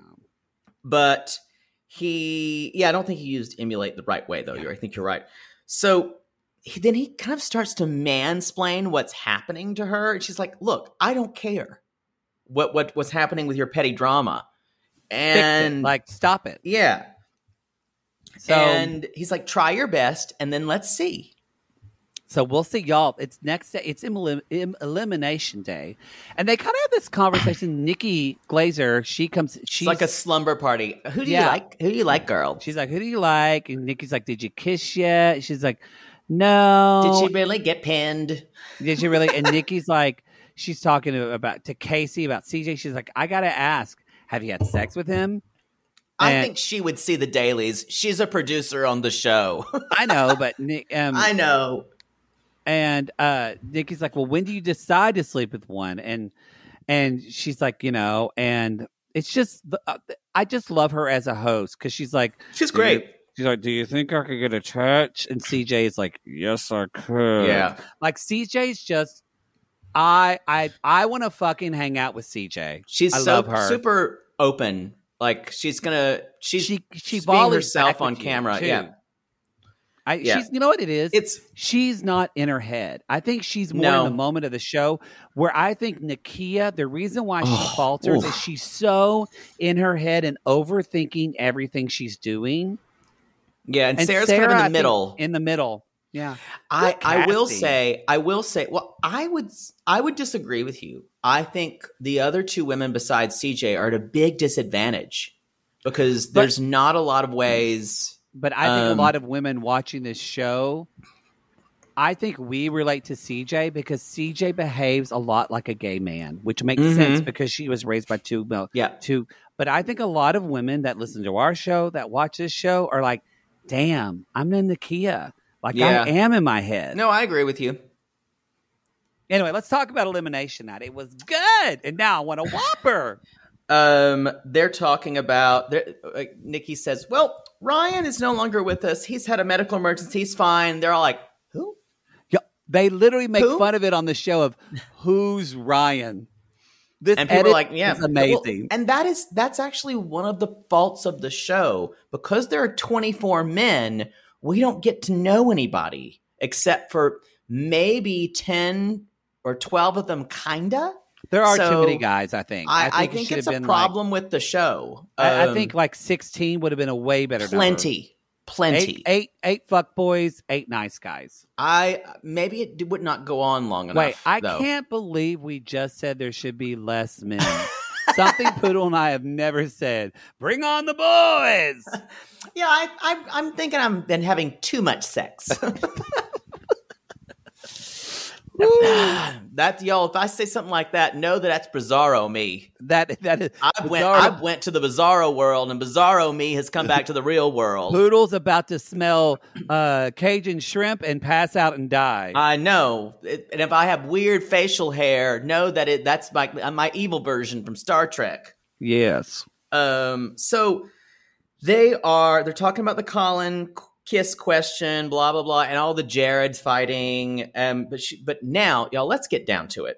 E: but he, yeah, I don't think he used emulate the right way though. You're- I think you're right. So he, then he kind of starts to mansplain what's happening to her, and she's like, "Look, I don't care what what what's happening with your petty drama."
B: Fix it.
E: And
B: Like, stop it.
E: yeah,
B: So,
E: and he's like, "Try your best, and then let's see."
B: so we'll see y'all. It's next day. It's elim- em- elimination day, and they kind of have this conversation. Nikki Glazer, she comes. She's
E: It's like a slumber party. Who do you
B: Yeah.
E: like? Who do you like, girl?
B: She's like, "Who do you like?" And Nikki's like, "Did you kiss yet?" She's like, "No."
E: Did she really get pinned?
B: Did she really? And Nikki's like, she's talking to, about to Casey about CJ. She's like, I gotta ask, have you had sex with him?
E: I
B: And-
E: think she would see the dailies. She's a producer on the show.
B: I know, but Nick, um,
E: I know.
B: and uh, Nikki's like, well, when do you decide to sleep with one? And and she's like, you know, and it's just, the- uh, I just love her as a host because she's like,
E: She's
B: "Do you- She's like, do you think I could get attached? And CJ is like, yes, I could.
E: Yeah.
B: like CJ's just. I I I want to fucking hang out with CJ.
E: She's
B: I
E: so
B: love her.
E: super open. Like she's gonna she's
B: she she
E: she's being
B: volleys back with
E: herself on
B: you,
E: camera.
B: too.
E: Yeah.
B: I,
E: Yeah.
B: she's you know what it is.
E: It's
B: she's not in her head. I think she's more
E: No.
B: in the moment of the show where I think Nakia. The reason why she
E: Oh,
B: falters
E: oof.
B: is she's so in her head and overthinking everything she's doing.
E: yeah, and,
B: And
E: Sarah's kind of
B: Sarah, I
E: in the
B: think,
E: middle.
B: In the middle. Yeah.
E: I,
B: Good
E: I will
B: casting.
E: say, I will say, well, I would, I would disagree with you. I think the other two women besides CJ are at a big disadvantage because
B: But-
E: there's not a lot of ways.
B: But I think
E: Um,
B: a lot of women watching this show, I think we relate to CJ because CJ behaves a lot like a gay man, which makes sense
E: Mhm.
B: because she was raised by two male
E: Yeah.
B: to but I think a lot of women that listen to our show, that watch this show, are like, damn, I'm in the Kia. Like
E: Yeah.
B: I am in my head.
E: No, I agree with you.
B: Anyway, let's talk about elimination night. It was good. And now I want a whopper.
E: Um, they're talking about. They're, uh, Nikki says, "Well, Ryan is no longer with us. He's had a medical emergency. He's fine." They're all like, "Who?"
B: Yeah, they literally make
E: Who?
B: fun of it on the show of who's Ryan. This
E: and people are
B: edit
E: like, yeah,
B: is amazing.
E: Well, and that is that's actually one of the faults of the show because there are 24 men. We don't get to know anybody except for maybe 10 or 12 of them, kinda.
B: There are too
E: So,
B: many guys. I think.
E: I, I think,
B: it should
E: it's
B: have
E: a
B: been, like-
E: problem with the show.
B: I, I
E: Um,
B: think like sixteen would have been a way better.
E: plenty,
B: number.
E: plenty.
B: Eight, eight, eight fuck boys, eight nice guys.
E: I maybe it d- would not go on long enough.
B: Wait, I
E: though.
B: can't believe we just said there should be less men. Something Poodle and I have never said. Bring on the boys.
E: Yeah, I, I, I'm thinking I've been having too much sex. that y'all, if I say something like that, know that that's Bizarro me.
B: That that is
E: I went, I
B: Bizarro-
E: went to the Bizarro world, and Bizarro me has come back to the real world.
B: Poodle's about to smell uh, Cajun shrimp and pass out and die.
E: I know, It- and if I have weird facial hair, know that it that's my my evil version from Star Trek.
B: yes.
E: Um, so they are they're talking about the Colin kiss question, blah blah blah, and all the Jareds fighting. Um, but she, but now y'all, let's get down to it.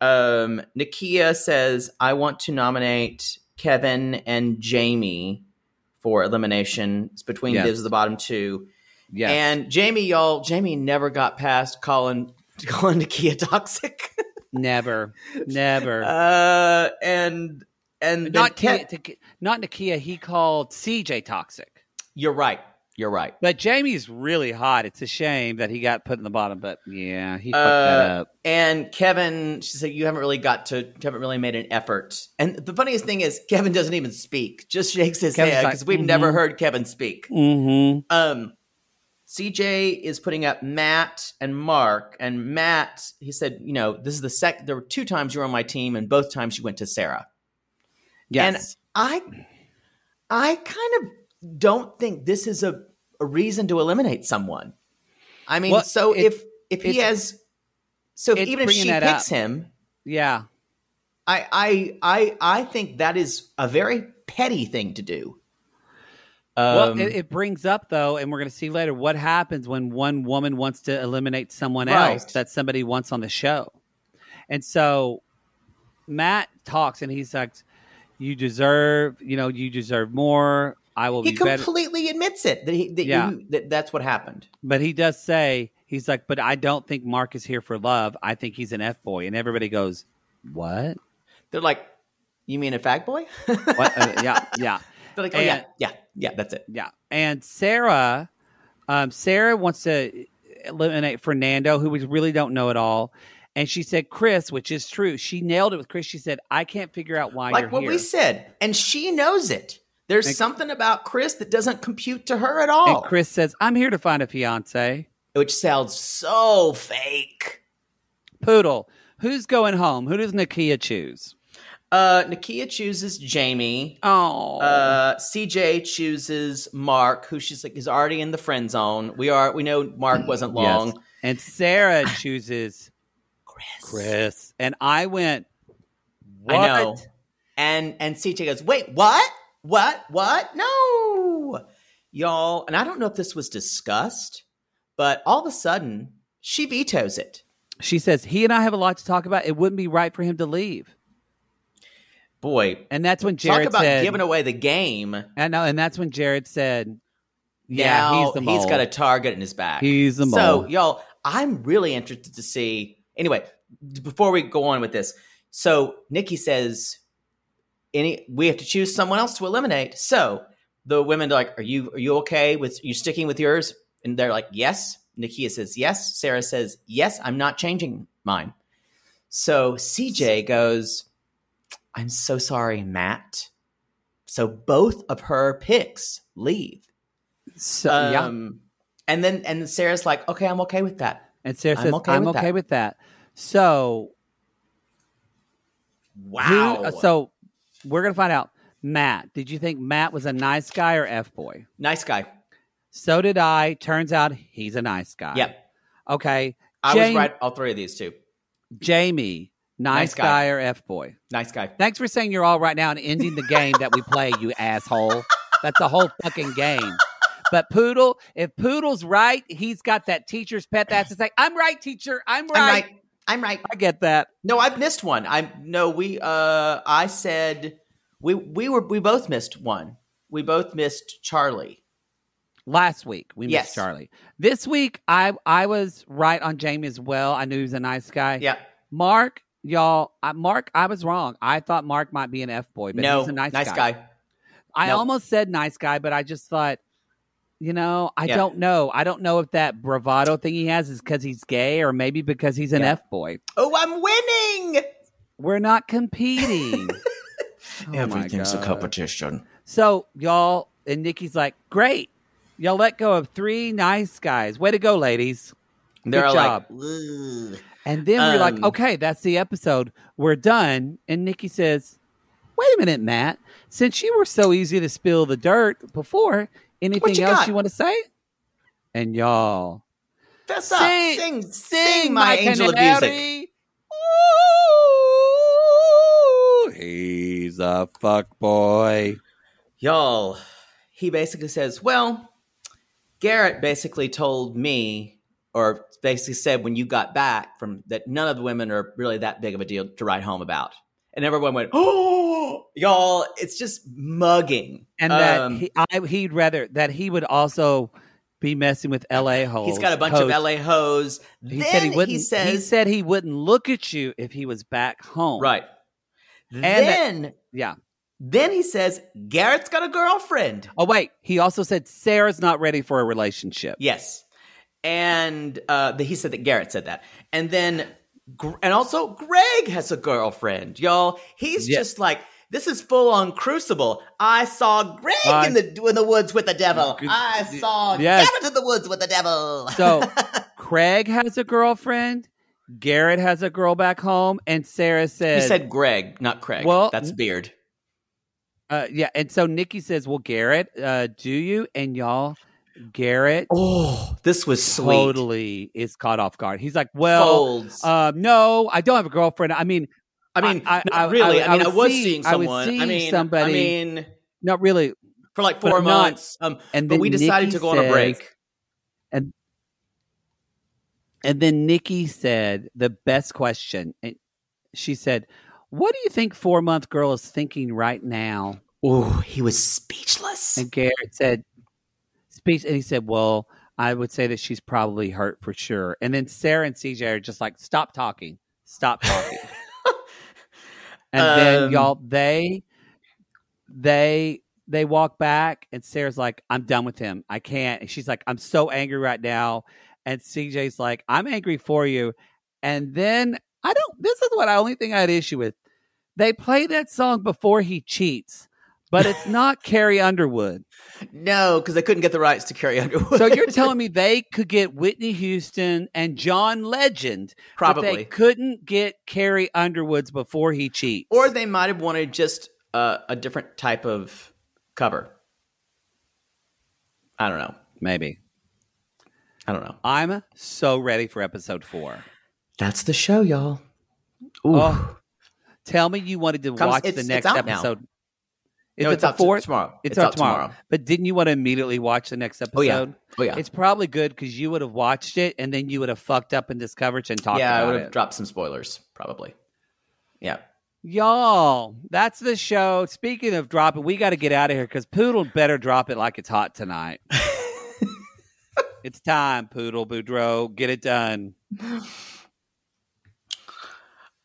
E: Um, Nakia says, "I want to nominate Kevin and Jamie for elimination. It's between
B: Yes.
E: these are the bottom two.
B: Yes.
E: And Jamie, y'all, Jamie never got past Colin Colin Nakia toxic.
B: never, never.
E: uh, and and then
B: not
E: Kev-
B: Kia, to, not Nakia. He called CJ toxic.
E: You're right. You're right.
B: But Jamie's really hot. It's a shame that he got put in the bottom, but yeah, he fucked that
E: Uh,
B: up.
E: and Kevin, she said, you haven't really got to, you haven't really made an effort. And the funniest thing is, Kevin doesn't even speak; just shakes his
B: Kevin's
E: head
B: like,
E: because we've
B: mhm.
E: never heard Kevin speak.
B: Mm-hmm.
E: Um, CJ is putting up Matt and Mark, and Matt, he said, you know, this is the sec. There were two times you were on my team, and both times you went to Sarah.
B: Yes.
E: I, I kind of don't think this is a, a reason to eliminate someone. I mean,
B: Well,
E: so
B: it-
E: if if he
B: it's-
E: has, so if,
B: it's
E: even if
B: bringing
E: she
B: that
E: picks
B: up.
E: him,
B: yeah.
E: I I I I think that is a very petty thing to do. Um,
B: well, it, it brings up though, and we're going to see later what happens when one woman wants to eliminate someone
E: Right.
B: else that somebody wants on the show. And so Matt talks, and he's like, "You deserve, you know, you deserve more. I will
E: he
B: be better."
E: completely admits it that he that,
B: Yeah.
E: you, that that's what happened.
B: But he does say he's like, "But I don't think Mark is here for love. I think he's an f boy." And everybody goes, "What?
E: They're like, you mean a fag boy?
B: What? Uh, yeah, yeah."
E: They're like, oh yeah,
B: And-
E: yeah, yeah. That's it.
B: Yeah. And Sarah, um, Sarah wants to eliminate Fernando, who we really don't know at all. And she said Chris, which is true. She nailed it with Chris. She said, I can't figure out why
E: like
B: you're
E: what
B: here.
E: we said, and she knows it. There's
B: And-
E: something about Chris that doesn't compute to her at all,
B: and Chris says, I'm here to find a fiance.
E: which sounds so fake.
B: Poodle, who's going home? Who does Nakia choose?
E: Uh, Nakia chooses Jamie.
B: Oh,
E: Uh, CJ chooses Mark, who she's like is already in the friend zone. We are we know Mark wasn't long.
B: And Sarah chooses Chris. Chris. And I went, What?
E: I know. And and CJ goes, wait, what? What? What? No. Y'all, and I don't know if this was discussed, but all of a sudden she vetoes it.
B: She says, He and I have a lot to talk about. It wouldn't be right for him to leave.
E: Boy,
B: And that's when Jared
E: talk about
B: said,
E: giving away the game.
B: I know, and that's when Jared said, "Yeah,
E: Now
B: he's the mole.
E: he's got a target in his back.
B: He's the
E: So,
B: mole.
E: y'all, I'm really interested to see. Anyway, d- before we go on with this, so Nikki says, "Any, we have to choose someone else to eliminate." So the women are like, "Are you are you okay with you sticking with yours?" And they're like, "Yes." Nikia says, "Yes." Sarah says, "Yes." I'm not changing mine. So CJ goes, "I'm so sorry, Matt." So both of her picks leave.
B: so, yeah."
E: Um, And then and Sarah's like, okay, I'm okay with that.
B: And Sarah
E: I'm
B: says,
E: okay
B: "I'm
E: with
B: okay
E: that."
B: with that." So, who- uh,
E: Wow.
B: so we're gonna find out. Matt, did you think Matt was a nice guy or f boy?
E: nice guy.
B: So did I. Turns out he's a nice guy.
E: Yep.
B: Okay.
E: I
B: Jane-
E: was right. All three of these two.
B: Jamie, nice,
E: Nice guy.
B: guy. or f boy?
E: Nice guy.
B: Thanks for saying you're all right now and ending the game that we play, you asshole. That's a whole fucking game. But Poodle, if Poodle's right, he's got that teacher's pet that's to say, I'm right, teacher. I'm right.
E: I'm right. I'm right.
B: I get that.
E: No, I've missed one. I no, we uh I said we we were we both missed one. We both missed Charlie.
B: Last week we
E: Yes.
B: missed Charlie. This week I I was right on Jamie as well. I knew he was a nice guy.
E: Yeah.
B: Mark, y'all, I, Mark, I was wrong. I thought Mark might be an F boy, but
E: no.
B: he's a nice,
E: guy.
B: I
E: No.
B: almost said nice guy, but I just thought, you know, I
E: Yeah.
B: don't know. I don't know if that bravado thing he has is because he's gay or maybe because he's an
E: Yeah.
B: F boy.
E: Oh, I'm winning.
B: We're not competing. Oh my God.
E: competition.
B: So y'all and Nikki's like, great. Y'all let go of three nice guys. Way to go, ladies.
E: They're
B: Good
E: like,
B: job.
E: "Ugh."
B: And then we're like,
E: Um,
B: okay, that's the episode. We're done. And Nikki says, wait a minute, Matt. Since you were so easy to spill the dirt before, anything
E: you
B: else
E: got?
B: you want to say? And y'all
E: fess up,
B: Sing-
E: sing, sing, my, angel of music.
B: canary. Ooh, he's a fuck boy.
E: y'all he basically says well garrett basically told me or basically said when you got back from that none of the women are really that big of a deal to write home about and everyone went oh y'all it's just mugging
B: and that
E: Um,
B: he, I, he'd rather that he would also be messing with LA hoes.
E: he's got a bunch of
B: hoes.
E: la hoes
B: He
E: then
B: said he wouldn't. He,
E: says
B: said he wouldn't look at you if he was back home.
E: right
B: that-
E: then
B: Yeah.
E: Then he says, Garrett's got a girlfriend.
B: Oh, wait. He also said Sarah's not ready for a relationship.
E: Yes. And uh, the, he said that Garrett said that. And then, Gr- and also Greg has a girlfriend, y'all. He's
B: Yeah.
E: just like, this is full on crucible. I saw Greg
B: I-
E: in the in the woods with the devil. I saw
B: Yes.
E: Garrett in the woods with the devil.
B: So Craig has a girlfriend. Garrett has a girl back home. And Sarah
E: he
B: says,
E: said Greg, not Craig.
B: Well-
E: that's beard.
B: uh, Yeah. And so Nikki says, Well, Garrett, uh, do you? And y'all, Garrett
E: Oh, this was sweet.
B: totally is caught off guard. He's like, Well,
E: Folds.
B: um, no, I don't have a girlfriend. I mean,
E: I mean,
B: I-
E: not
B: I- I-
E: really. I,
B: I
E: mean, I
B: was
E: was
B: seeing-
E: seeing
B: I was
E: someone. I,
B: seeing
E: mean,
B: somebody.
E: I mean,
B: not really.
E: for like
B: But
E: four
B: I'm not.
E: months. Um,
B: And
E: but
B: then
E: we decided
B: Nikki
E: to go on a
B: says-
E: break.
B: And then Nikki said the best question. And she said, What do you think four month girl is thinking right now?
E: Ooh, he was speechless.
B: And Garrett said, Speaks. And he said, Well, I would say that she's probably hurt for sure. And then Sarah and CJ are just like, Stop talking. Stop talking. and
E: Um,
B: then y'all, they, they, they walk back and Sarah's like, I'm done with him. I can't. And she's like, I'm so angry right now. And CJ's like, I'm angry for you. And then I don't, this is what I only thing I had issue with. They play that song before he cheats, but it's not Carrie Underwood.
E: No, because they couldn't get the rights to carry Underwood.
B: So you're telling me they could get Whitney Houston and John Legend, but they
E: probably,
B: couldn't get Carrie Underwood's before he cheats.
E: or they might have wanted just uh, a different type of cover. I don't know.
B: maybe.
E: I don't know.
B: I'm so ready for episode four.
E: That's the show, y'all. Ooh.
B: Oh, tell me you wanted to
E: Comes-
B: watch
E: it's-
B: the
E: it's
B: next
E: out now.
B: episode. Is
E: no,
B: it
E: it's
B: the
E: out t-
B: fourth?
E: tomorrow.
B: It's, out tomorrow. But didn't you want to immediately watch the next episode?
E: Oh yeah. Oh yeah.
B: It's probably good because you would have watched it and then you would have fucked up in this coverage and talked
E: yeah, I
B: about
E: would have
B: it.
E: dropped some spoilers probably. Yeah.
B: Y'all, that's the show. Speaking of dropping, we got to get out of here because Poodle better drop it like it's hot tonight. it's time, Poodle Boudreaux. Get it done.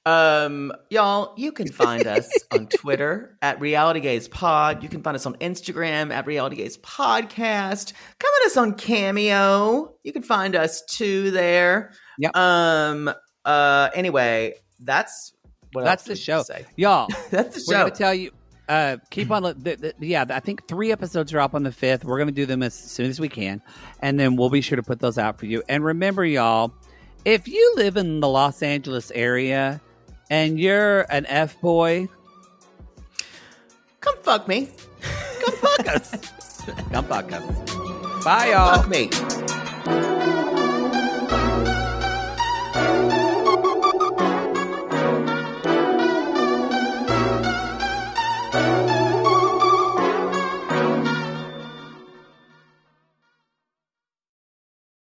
E: Um, y'all, you can find us on Twitter at Reality Gaze Pod. You can find us on Instagram at Reality Gaze Podcast. Come at us on Cameo. You can find us too there.
B: Yep.
E: Um. Uh. Anyway, that's what
B: That's
E: else
B: the
E: we
B: show.
E: say.
B: Y'all,
E: That's the
B: we're
E: show.
B: going to tell you. Uh, keep on. li- Th- th- yeah, I think three episodes drop on the fifth. We're going to do them as soon as we can, and then we'll be sure to put those out for you. And remember, y'all, if you live in the Los Angeles area and you're an f boy,
E: Come fuck me.
B: come fuck us. Come fuck us. Bye, y'all.
E: Fuck me.